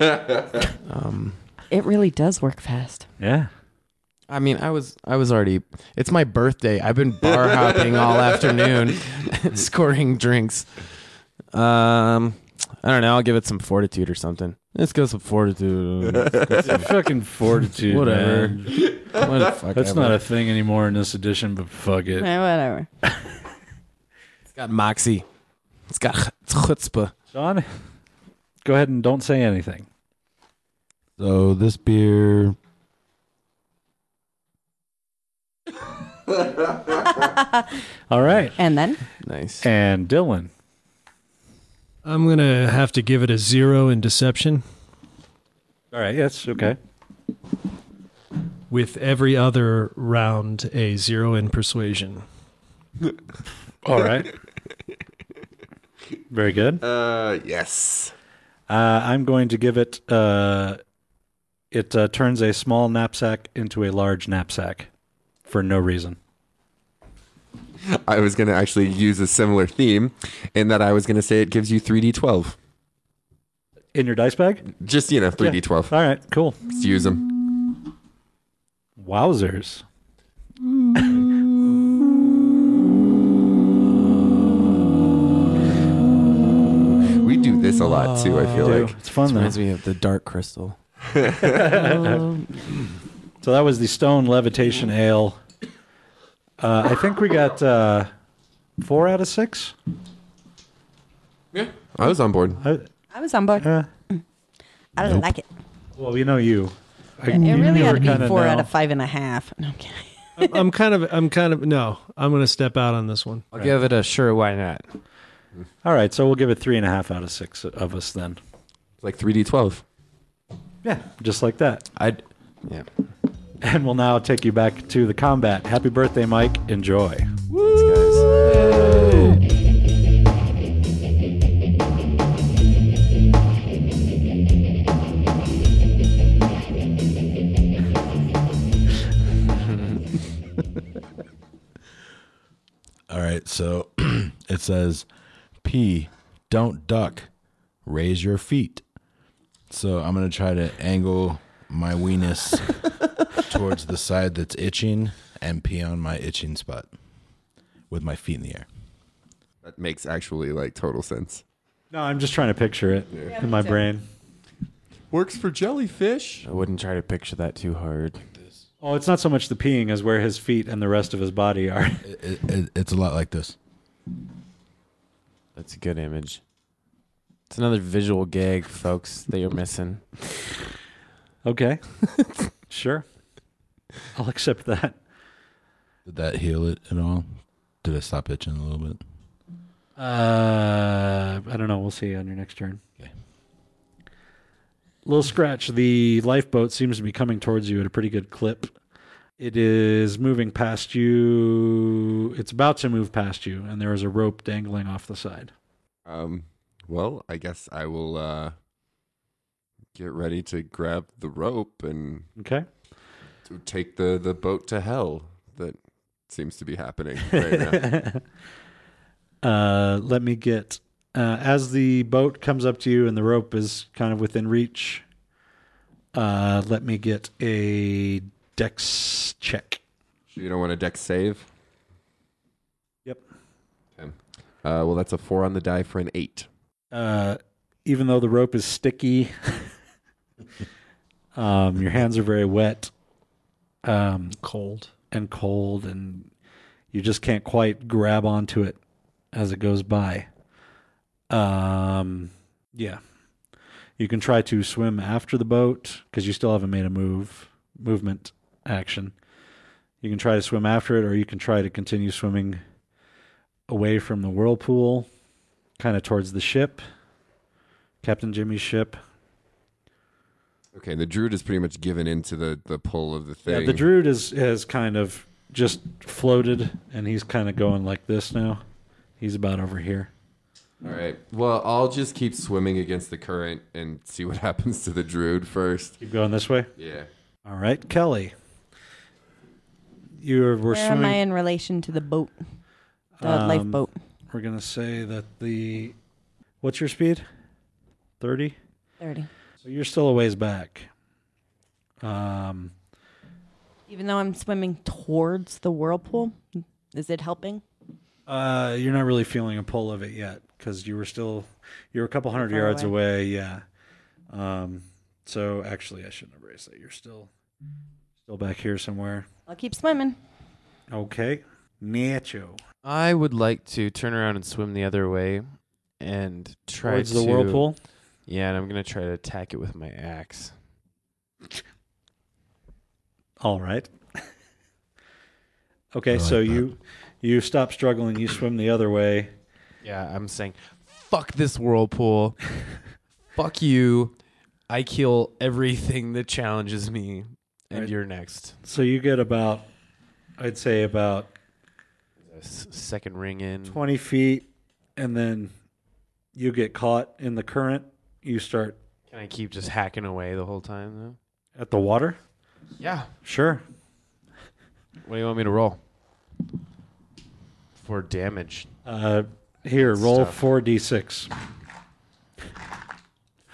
know. It really does work fast. Yeah. I mean, I was I was already. It's my birthday. I've been bar hopping all afternoon, scoring drinks. Um, I don't know. I'll give it some fortitude or something. Let's go some fortitude. Fucking fortitude. Whatever. man. What the fuck That's ever. not a thing anymore in this edition, but fuck it. Eh, whatever. It's got moxie. It's got ch- it's chutzpah. John, go ahead and don't say anything. So this beer All right. And then Nice. And Dylan. I'm gonna have to give it a zero in deception All right. Yes. Okay. with every other round a zero in persuasion. All right. Very good. Uh, yes. Uh, I'm going to give it. Uh, it uh, turns a small knapsack into a large knapsack for no reason. I was gonna actually use a similar theme, in that I was gonna say it gives you 3d12. In your dice bag? Just you know, 3d12. All right. Cool. Just use them. Wowzers. place a lot too. I feel You Oh, do. like It's fun, This though. reminds me of the Dark Crystal. so that was the Stone Levitation Ale. Uh, I think we got uh, four out of six. I was on board. I, I was on board. I don't Nope. like it. well, we know you. I- it you really had were to be kinda four now. out of five and a half. No, I'm kidding. I'm, I'm kind of, I'm kind of, no, I'm going to step out on this one. I'll give it a sure. Why not? All right, so we'll give it three and a half out of six of us then. Like three D twelve. Yeah, just like that. I, yeah. And we'll now take you back to the combat. Happy birthday, Mike. Enjoy. All right, so it says P, don't duck, raise your feet. So I'm going to try to angle my weenus towards the side that's itching and pee on my itching spot with my feet in the air. That makes actually like total sense. No, I'm just trying to picture it Yeah, in my me too. brain. Works for jellyfish. I wouldn't try to picture that too hard. Oh, it's not so much the peeing as where his feet and the rest of his body are. It, it, it's a lot like this. That's a good image. It's another visual gag, folks, that you're missing. Okay. sure. I'll accept that. Did that heal it at all? Did I stop itching a little bit? Uh, I don't know. We'll see on your next turn. Okay. Little scratch. The lifeboat seems to be coming towards you at a pretty good clip. It is moving past you. It's about to move past you, and there is a rope dangling off the side. Um, well, I guess I will uh, get ready to grab the rope and Okay. to take the, the boat to hell that seems to be happening right now. Uh, let me get. Uh, as the boat comes up to you and the rope is kind of within reach, uh, let me get a dex check. you don't want a deck save? Yep. Okay. Uh, well, that's a four on the die for an eight. uh, even though the rope is sticky, um, your hands are very wet, um, cold and cold, and you just can't quite grab onto it as it goes by. Um, yeah, you can try to swim after the boat because you still haven't made a move, movement action. You can try to swim after it, or you can try to continue swimming away from the whirlpool, kind of towards the ship, Captain Jimmy's ship. Okay, the druid is pretty much given into the, the pull of the thing. Yeah, the druid is has kind of just floated, and he's kind of going like this now. He's about over here. All right. Well, I'll just keep swimming against the current and see what happens to the druid first. Keep going this way. Yeah. All right, Kelly. You were Where am I swimming. in relation to the boat? The Um, lifeboat. We're gonna say that the what's your speed? Thirty. 30. So you're still a ways back. Um, Even though I'm swimming towards the whirlpool, is it helping? Uh, you're not really feeling a pull of it yet because you were still you're a couple hundred Far yards away. away. Yeah. Um. So actually, I shouldn't have raised that. You're still still back here somewhere. I'll keep swimming. Okay. Nacho. I would like to turn around and swim the other way and try Towards to the whirlpool? Yeah, and I'm gonna try to attack it with my axe. All right. Okay. I so like that. you you stop struggling. You swim the other way. Yeah, I'm saying fuck this whirlpool. fuck you. I kill everything that challenges me. And Right. you're next. So you get about I'd say about S- second ring in. 20 feet and then you get caught in the current you start Can I keep just hacking away the whole time though? at the water Yeah. sure What do you want me to roll? For damage. uh here roll Stuff. 4d6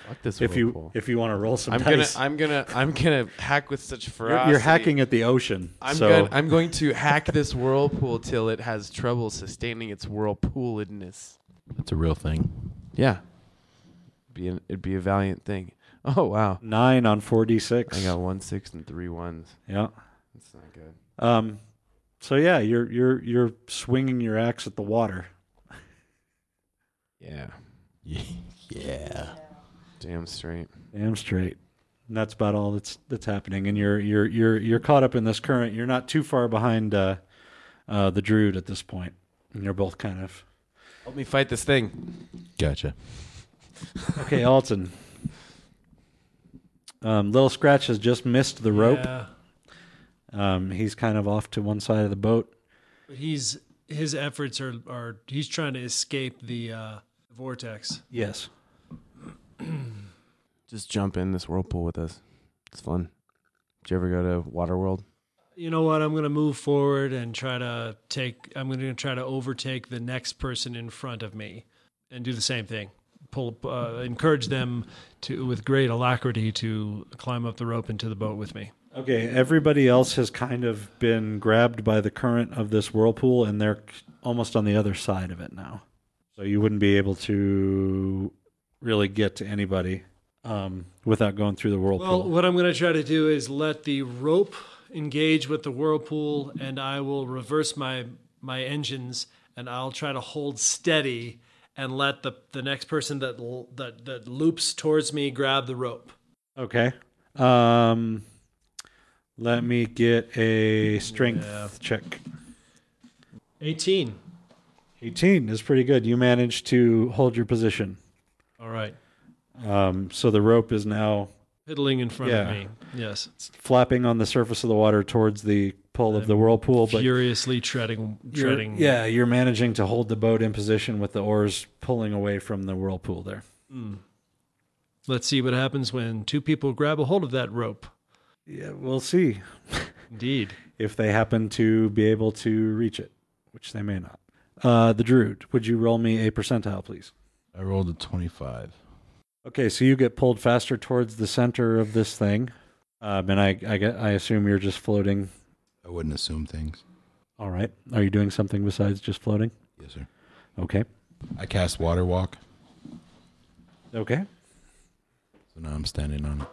Fuck this if you whirlpool. if you want to roll some I'm dice gonna I'm gonna I'm gonna hack with such You're- ferocity. you're hacking at the ocean I'm so gonna, I'm going to hack this whirlpool till it has trouble sustaining its whirlpooledness. That's a real thing. Yeah. be an, it'd be a valiant thing. Oh wow, nine on four d six. I got one six and three ones. Yeah. That's not good. Um, so yeah, you're you're you're swinging your axe at the water. Yeah. Yeah. Damn straight. Damn straight. And that's about all that's that's happening. And you're you're you're you're caught up in this current. You're not too far behind uh, uh, the druid at this point. And you're both kind of Help me fight this thing. Gotcha. okay. Alton. Um, little scratch has just missed the rope. Yeah. Um, he's kind of off to one side of the boat. He's his efforts are are he's trying to escape the uh, vortex. Yes. Just jump in this whirlpool with us. It's fun. Did you ever go to Waterworld? You know what? I'm going to move forward and try to take. I'm going to try to overtake the next person in front of me, and do the same thing. Pull, uh, encourage them to with great alacrity to climb up the rope into the boat with me. Okay, everybody else has kind of been grabbed by the current of this whirlpool, and they're almost on the other side of it now. So you wouldn't be able to really get to anybody um, without going through the whirlpool. Well, what I'm going to try to do is let the rope engage with the whirlpool, and I will reverse my my engines, and I'll try to hold steady and let the the next person that l- that that loops towards me grab the rope. okay. Um, let me get a strength check. 18. 18 is pretty good. You managed to hold your position. All right, Um, so the rope is now piddling in front Yeah. of me. Yes, flapping on the surface of the water towards the pull of the whirlpool, but furiously treading You're- treading. yeah, you're managing to hold the boat in position with the oars pulling away from the whirlpool there. Mm. Let's see what happens when two people grab a hold of that rope. Yeah, we'll see. Indeed. If they happen to be able to reach it, which they may not. Uh, the Druid, would you roll me a percentile, please? I rolled a 25. Okay, so you get pulled faster towards the center of this thing. Um, and I, I, get, I assume you're just floating. I wouldn't assume things. All right. Are you doing something besides just floating? Yes, sir. Okay. I cast Water Walk, Okay. so now I'm standing on it.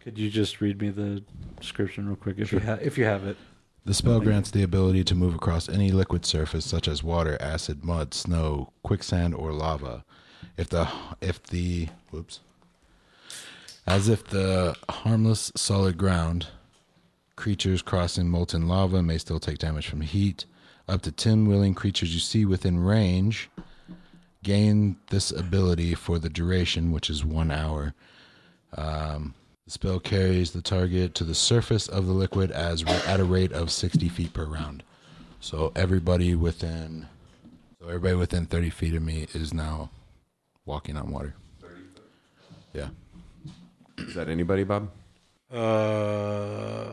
Could you just read me the description real quick if you ha- if you have it? The spell grants the ability to move across any liquid surface, such as water, acid, mud, snow, quicksand, or lava. If the if the whoops, as if the harmless solid ground creatures crossing molten lava may still take damage from heat. Up to ten willing creatures you see within range gain this ability for the duration, which is one hour. Um, the spell carries the target to the surface of the liquid as at a rate of 60 feet per round. So everybody within, so everybody within 30 feet of me is now walking on water. Yeah. Is that anybody, Bob? Uh,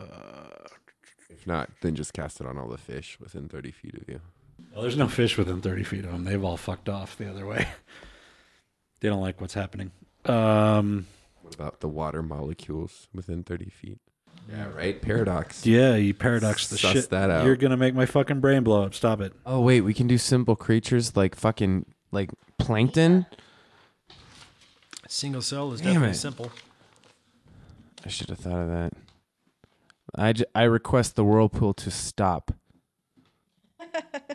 If not, then just cast it on all the fish within 30 feet of you. Well, there's no fish within 30 feet of them. They've all fucked off the other way. they don't like what's happening. Um, What about the water molecules within 30 feet? Yeah, right? Paradox. Yeah, you paradox the Suss shit. that out. You're gonna make my fucking brain blow up. Stop it. Oh, wait, we can do simple creatures like fucking, like plankton? Single cell is Damn definitely it. simple. I should have thought of that. I, j- I request the whirlpool to stop.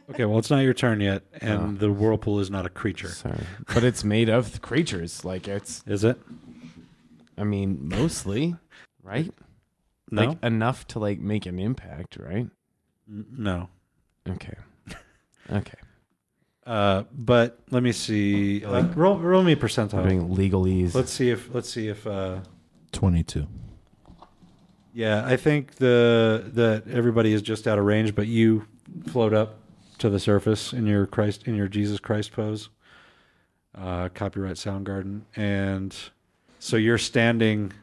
Okay, well it's not your turn yet, and the whirlpool is not a creature. Sorry. But it's made of creatures. Like, it's. Is it? I mean, mostly, right? No. Like, enough to, like, make an impact, right? N- No. Okay. Okay. Uh, but let me see. Like, roll, roll me a percentile. I'm doing legalese. Let's see if let's see if uh, 22. Yeah, I think the that everybody is just out of range, but you float up to the surface in your Christ in your Jesus Christ pose. Uh, copyright Soundgarden, and so you're standing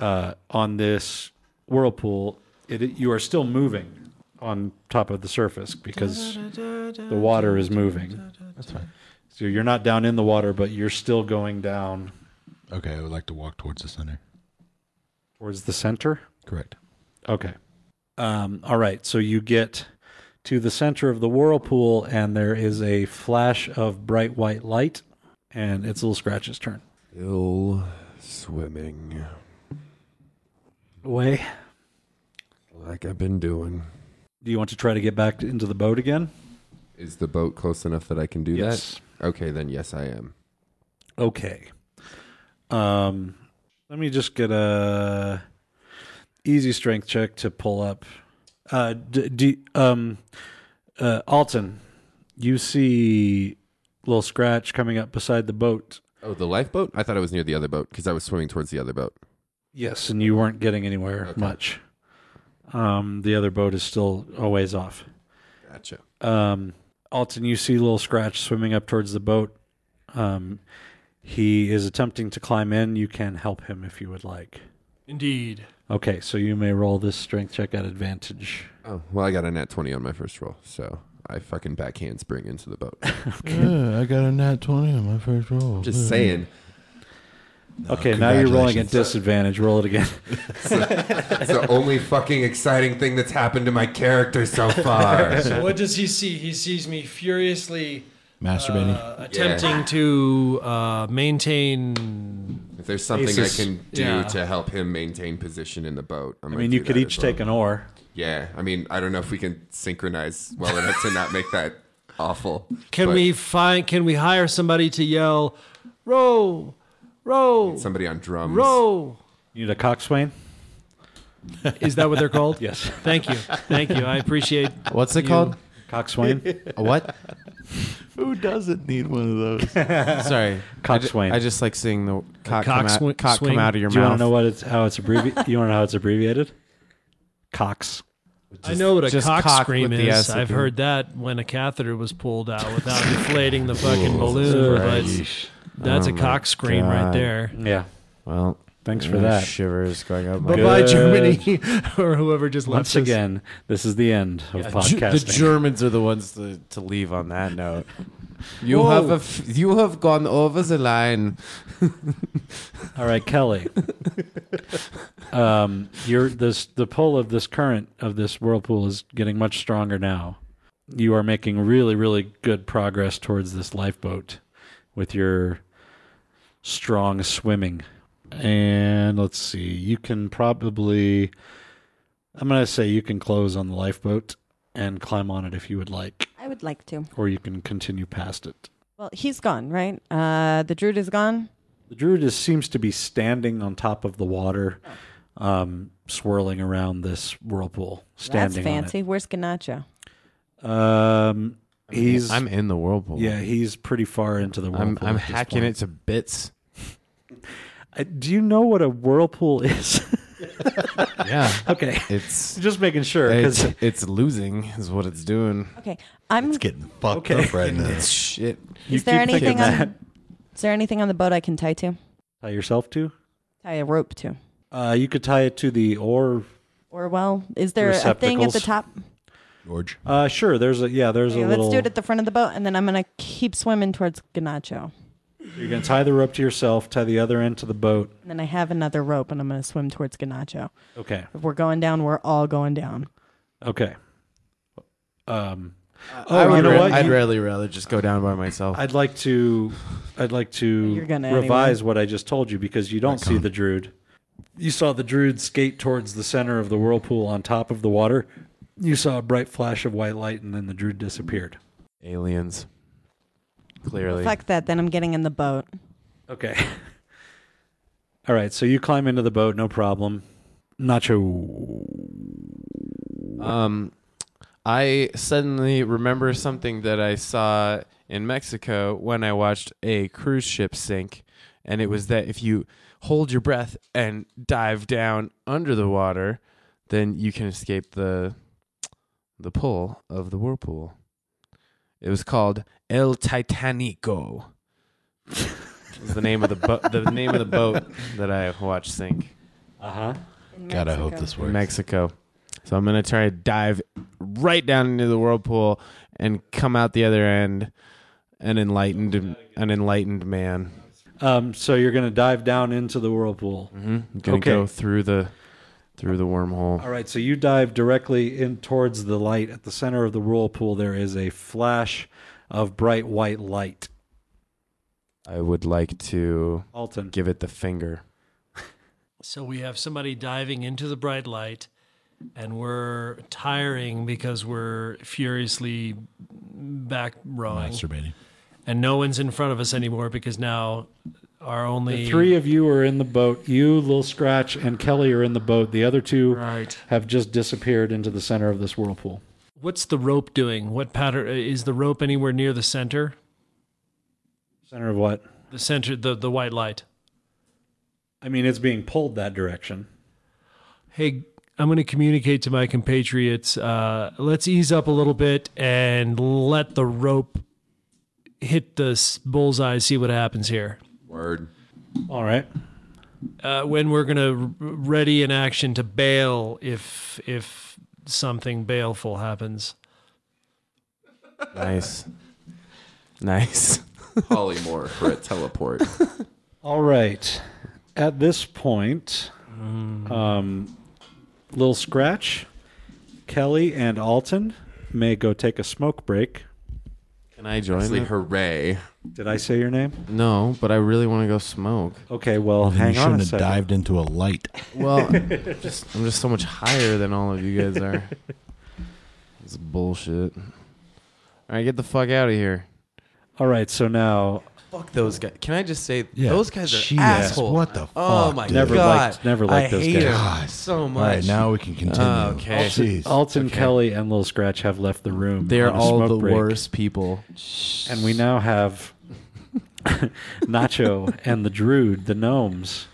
uh, on this whirlpool. It, it- you are still moving on top of the surface because the water is moving. That's fine. So you're not down in the water, but you're still going down Okay, I would like to walk towards the center. towards the center. Correct. Okay. Um, all right. So you get to the center of the whirlpool, and there is a flash of bright white light, and it's little Scratch's turn. Still swimming. Way. Like I've been doing. Do you want to try to get back into the boat again? Is the boat close enough that I can do Yes. that? Okay, then yes, I am. Okay. Um, let me just get a easy strength check to pull up. Uh, d- d- um, uh, Alton, you see little scratch coming up beside the boat. Oh, the lifeboat? I thought it was near the other boat because I was swimming towards the other boat. Yes, and you weren't getting anywhere much. Um, the other boat is still a ways off. Gotcha. Um, Alton, you see little Scratch swimming up towards the boat. Um, he is attempting to climb in. You can help him if you would like. Indeed. Okay, so you may roll this strength check at advantage. Oh, well, I got a nat 20 on my first roll, so I fucking backhand spring into the boat. Yeah, I got a nat 20 on my first roll. Just saying. Okay, now you're rolling at congratulations. disadvantage. Roll it again. It's the only fucking exciting thing that's happened to my character so far. so what does he see? He sees me furiously Masturbating. uh, attempting to uh, maintain. If there's something Aces. I can do Yeah. to help him maintain position in the boat, I I'm gonna mean, you do could that each as well. take an oar. Yeah, I mean, I don't know if we can synchronize well enough to not make that awful. Can but we find? Can we hire somebody to yell, row, row, Somebody on drums. row? You need a coxswain? Is that what they're called? Yes. Thank you. Thank you. I appreciate. Uh, What's it you. called? Coxswain? A what? Who doesn't need one of those? Sorry, Coxswain. I, ju- I just like seeing the cock, come, Cockswi- out, cock come swing. out of your do you want mouth. to know what it's how it's abbrevi- You want to know how it's abbreviated? Cox. I know what a just cock, cock scream with the is. S at I've the- heard that when a catheter was pulled out without deflating the fucking Uh, balloon. Christ. But that's Oh a my cock scream right God. there. Yeah. Well, Thanks for uh, that. Shivers going up. Bye My bye, Good. Germany, or whoever just left Once us. again, this is the end of Ge- the podcasting. Germans are the ones to, to leave on that note. You Whoa. have a f- you have gone over the line. All right, Kelly. um, you're this the pull of this current of this whirlpool is getting much stronger now. You are making really, really good progress towards this lifeboat with your strong swimming. And let's see, you can probably I'm gonna say you can close on the lifeboat and climb on it if you would like. I would like to. Or you can continue past it. Well, he's gone, right? Uh, the druid is gone. The druid is, seems to be standing on top of the water, um, swirling around this whirlpool. Standing That's fancy. Where's Ganacho? On it. Um, he's I'm in the whirlpool. yeah, he's pretty far into the whirlpool. I'm I'm at this hacking point. it to bits. I- do you know what a whirlpool is? Yeah, okay, it's just making sure it's, because it's losing is what it's doing. Okay, I'm. It's getting fucked Okay. up right now. Shit. you is there keep thinking anything on? that. Is there anything on the boat I can tie to? Tie yourself to. Tie a rope to, Uh, you could tie it to the or. or well, is there a thing at the Receptacles. top? George. Uh, sure. There's a yeah. There's Okay, a let's little. do it at the front of the boat, and then I'm gonna keep swimming towards Ganacho. You're gonna tie the rope to yourself. Tie the other end to the boat. And then I have another rope, and I'm gonna swim towards Ganacho. Okay. If we're going down, we're all going down. Okay. Um. I oh, you would know ra- what? I'd You- really rather just go down by myself. I'd like to, I'd like to You're gonna revise what I just told you because you don't see the druid. You saw the druid skate towards the center of the whirlpool on top of the water. You saw a bright flash of white light, and then the druid disappeared. Aliens. Clearly. Fuck that. Then I'm getting in the boat. Okay. All right, so you climb into the boat, no problem. Nacho, Um, I suddenly remember something that I saw in Mexico when I watched a cruise ship sink, and it was that if you hold your breath and dive down under the water, then you can escape the the pull of the whirlpool. It was called El Titanico. was the name of the bo- the name of the boat that I watched sink In God, I hope Mexico. this in works. Mexico. So I'm gonna try to dive right down into the whirlpool and come out the other end an enlightened an enlightened man. um, so you're gonna dive down into the whirlpool. hmm I'm gonna Okay. go through the through the wormhole. All right, so you dive directly in towards the light at the center of the whirlpool. There is a flash of bright white light. I would like to Alton. give it the finger. So we have somebody diving into the bright light, and we're tiring because we're furiously back rowing, Masturbating. and no one's in front of us anymore because now our only The three of you are in the boat. You, Lil Scratch, and Kelly are in the boat. The other two have just disappeared into the center of this whirlpool. What's the rope doing? What pattern uh, is the rope anywhere near the center? Center of what? The center, the the white light. I mean, it's being pulled that direction. Hey, I'm going to communicate to my compatriots. Uh, let's ease up a little bit and let the rope hit the s- bullseye. See what happens here. Word. All right. Uh, when we're going to ready in action to bail if if something baleful happens. Nice. nice. Polymorph for a teleport. All right. At this point, um, Lil Scratch, Kelly, and Alton may go take a smoke break. Can I join? Actually, it? hooray! Did I say your name? No, but I really want to go smoke. Okay, well, Then you shouldn't have dived into a light. Well, just, I'm just so much higher than all of you guys are. It's bullshit. All right, get the fuck out of here. All right, so now. Fuck those guys. Can I just say Yeah, those guys are Jesus, assholes? what the Oh fuck, my dude. Never god! liked- never liked I those hate guys. 'em so much. All right, now we can continue. Oh, okay. Alton, Alton, Kelly, and Lil Scratch have left the room. They're on a all smoke the break. worst people. And we now have Nacho and the Druid, the gnomes,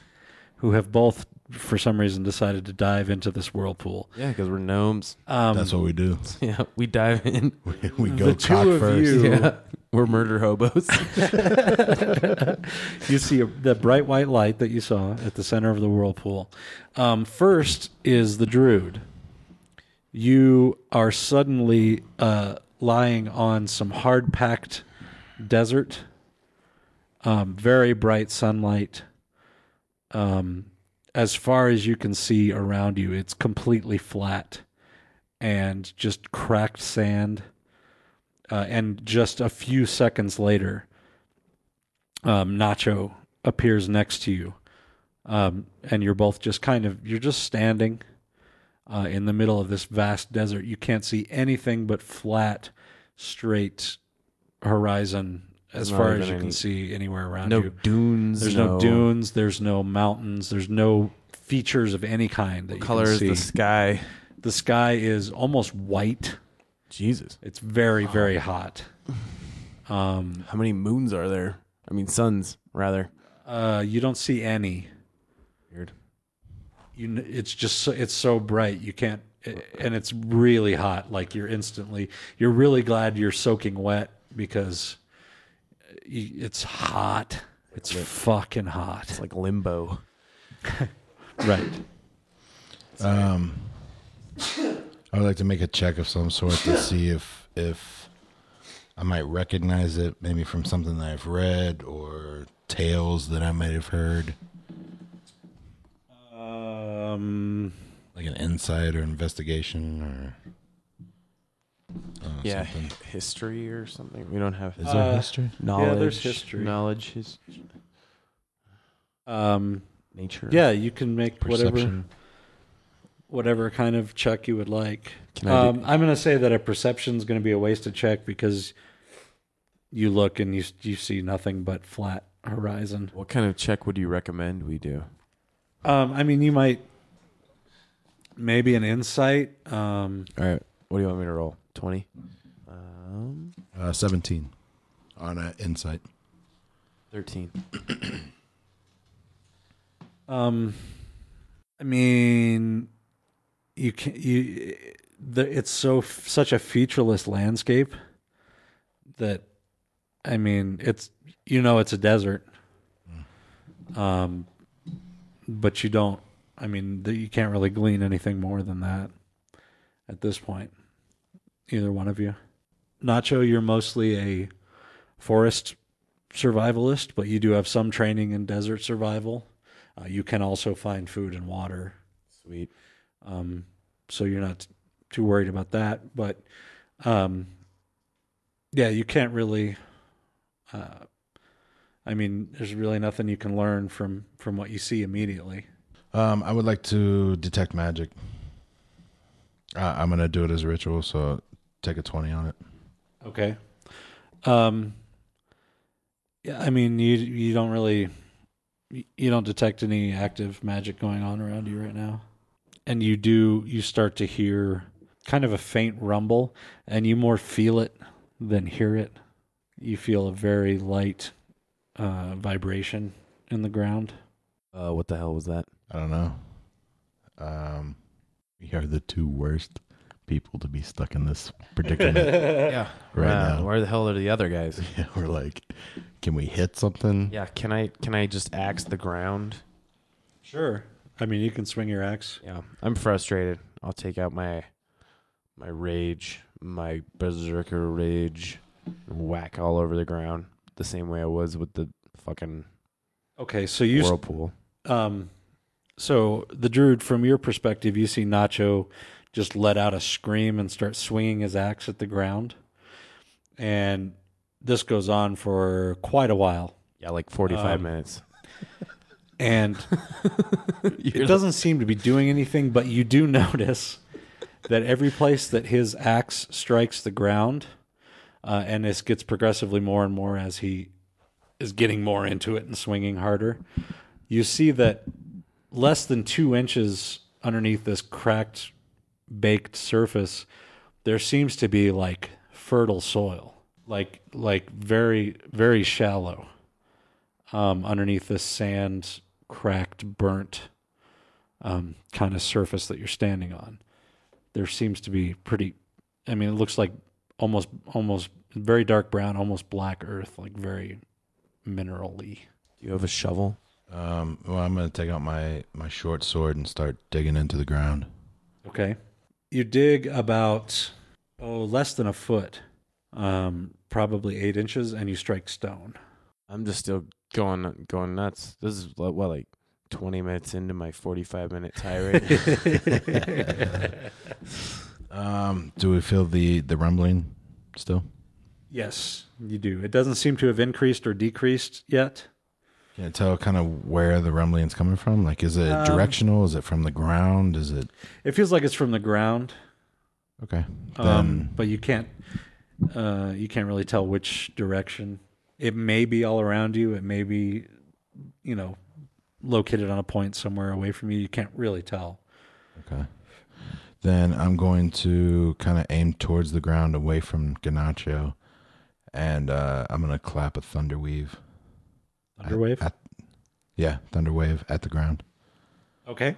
who have both, for some reason, decided to dive into this whirlpool. Yeah, because we're gnomes. Um, That's what we do. Yeah, Uh, we dive in. We, we go cock first. Yeah, we're murder hobos. you see a, the bright white light that you saw at the center of the whirlpool. Um, first is the Druid. You are suddenly uh, lying on some hard packed desert, um, very bright sunlight. Um, as far as you can see around you, it's completely flat and just cracked sand. Uh, and just a few seconds later, um, Nacho appears next to you, um, and you're both just kind of you're just standing uh, in the middle of this vast desert. You can't see anything but flat, straight horizon as Not far even as you any- can see anywhere around no you. dunes, There's no, no- dunes. There's no mountains. There's no features of any kind that you color can is see. the sky? The sky is almost white. Jesus, it's very very hot. Um, How many moons are there? I mean, suns rather. Uh, you don't see any. Weird. You, kn- it's just so, it's so bright you can't, it, and it's really hot. Like you're instantly, you're really glad you're soaking wet because uh, y- it's hot. It's fucking hot. It's like limbo. right. Um, I would like to make a check of some sort to see if if I might recognize it, maybe from something that I've read or tales that I might have heard. Um, like an insight or investigation or. uh, yeah, something. hi- history or something. We don't have. Is there Uh, history? Knowledge. yeah, there's history. Knowledge is Um, nature. Yeah, you can make whatever Perception. whatever kind of check you would like. Can I do- um, I'm going to say that a perception is going to be a wasted check because you look and you you see nothing but flat horizon. What kind of check would you recommend we do? Um, I mean, you might maybe an insight. Um, All right. What do you want me to roll? Twenty. Um, Uh, Seventeen on an insight. Thirteen. Um, I mean, you can you. The, it's so such a featureless landscape that, I mean, it's you know it's a desert. Um, but you don't. I mean, the, you can't really glean anything more than that at this point. Either one of you, Nacho, you're mostly a forest survivalist, but you do have some training in desert survival. Uh, you can also find food and water. Sweet. Um, so you're not too worried about that. But um, yeah, you can't really. Uh, I mean, there's really nothing you can learn from from what you see immediately. Um, I would like to detect magic. Uh, I'm gonna do it as a ritual, so take a twenty on it. Okay. Um, yeah, I mean, you you don't really you don't detect any active magic going on around you right now, and you do you start to hear kind of a faint rumble, and you more feel it than hear it. You feel a very light uh, vibration in the ground. Uh, what the hell was that? I don't know. Um, we are the two worst people to be stuck in this predicament. yeah. Right Wow, now. Where the hell are the other guys? Yeah, we're like, can we hit something? Yeah, can I can I just axe the ground? Sure. I mean, you can swing your axe. Yeah. I'm frustrated. I'll take out my my rage, my berserker rage, and whack all over the ground the same way I was with the fucking Okay, so you s- whirlpool. um, so the druid, from your perspective, you see Nacho just let out a scream and start swinging his axe at the ground, and this goes on for quite a while. Yeah, like 45 Um, minutes. and it doesn't seem to be doing anything, but you do notice that every place that his axe strikes the ground, uh, and this gets progressively more and more as he is getting more into it and swinging harder, you see that less than two inches underneath this cracked, baked surface, there seems to be like fertile soil, like like very very shallow um, underneath this sand, cracked, burnt um, kind of surface that you're standing on. There seems to be pretty. I mean, it looks like almost, almost very dark brown, almost black earth, like very minerally. You have a shovel. Um, well, I'm gonna take out my my short sword and start digging into the ground. Okay. You dig about oh less than a foot, um, probably eight inches, and you strike stone. I'm just still going going nuts. This is what, what like 20 minutes into my 45 minute tirade. Um, do we feel the the rumbling still? Yes, you do. It doesn't seem to have increased or decreased yet. Can I tell kind of where the rumbling's coming from? Like, is it Um, directional? Is it from the ground? Is it It feels like it's from the ground. okay? um, but you can't uh, you can't really tell which direction it may be all around you it may be you know located on a point somewhere away from you you can't really tell Okay. Then I'm going to kind of aim towards the ground, away from Ganacho, and uh, I'm gonna clap a thunder weave. Thunderwave? At, at- yeah, thunder wave at the ground. okay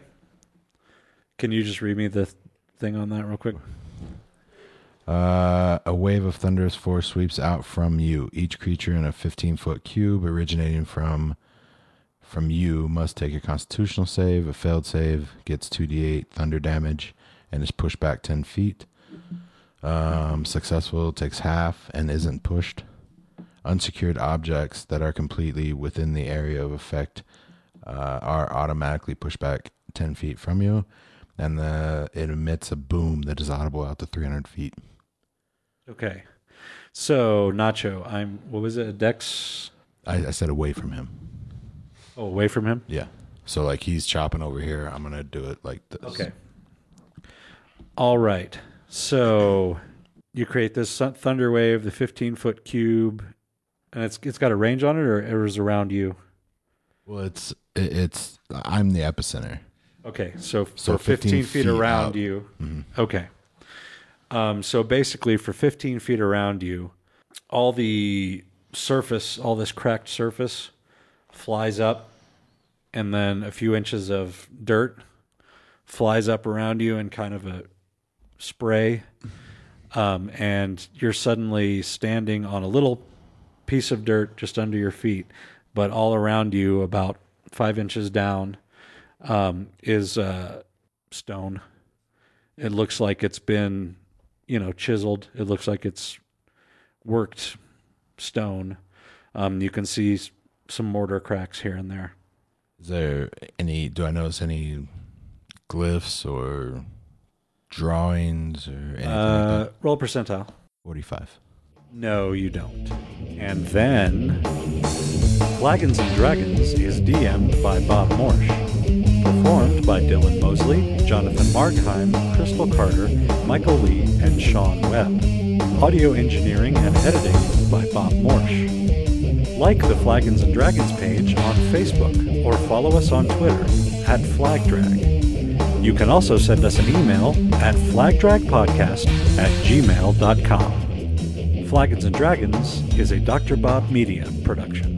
can you just read me the th- thing on that real quick Uh, a wave of thunderous force sweeps out from you. Each creature in a 15 foot cube originating from from you must take a constitutional save. A failed save gets 2d8 thunder damage and is pushed back 10 feet. Um, successful takes half and isn't pushed. Unsecured objects that are completely within the area of effect uh, are automatically pushed back 10 feet from you. And the, it emits a boom that is audible out to 300 feet. okay so nacho i'm what was it a dex I, I said away from him. oh away from him Yeah. So like he's chopping over here. I'm gonna do it like this. Okay. All right. So you create this sun- thunder wave, the 15 foot cube, and it's it's got a range on it, or it was around you. Well, it's it, it's I'm the epicenter. Okay, so So for 15, 15 feet, feet around out. Mm-hmm. you. Okay. Um, so basically, for 15 feet around you, all the surface, all this cracked surface, flies up, and then a few inches of dirt flies up around you in kind of a spray. Um, and you're suddenly standing on a little piece of dirt just under your feet, but all around you, about five inches down, um, is uh, stone. It looks like it's been, you know, chiseled. It looks like it's worked stone. Um, you can see s- some mortar cracks here and there. Is there any? Do I notice any glyphs or drawings or anything Uh, like that? roll percentile. Forty-five. No, you don't. And then. Flagons and Dragons is DM'd by Bob Morsch. Performed by Dylan Mosley, Jonathan Markheim, Crystal Carter, Michael Lee, and Sean Webb. Audio engineering and editing by Bob Morsch. Like the Flagons and Dragons page on Facebook or follow us on Twitter at FlagDrag. You can also send us an email at flagdragpodcast at gmail.com. Flagons and Dragons is a Dr. Bob Media production.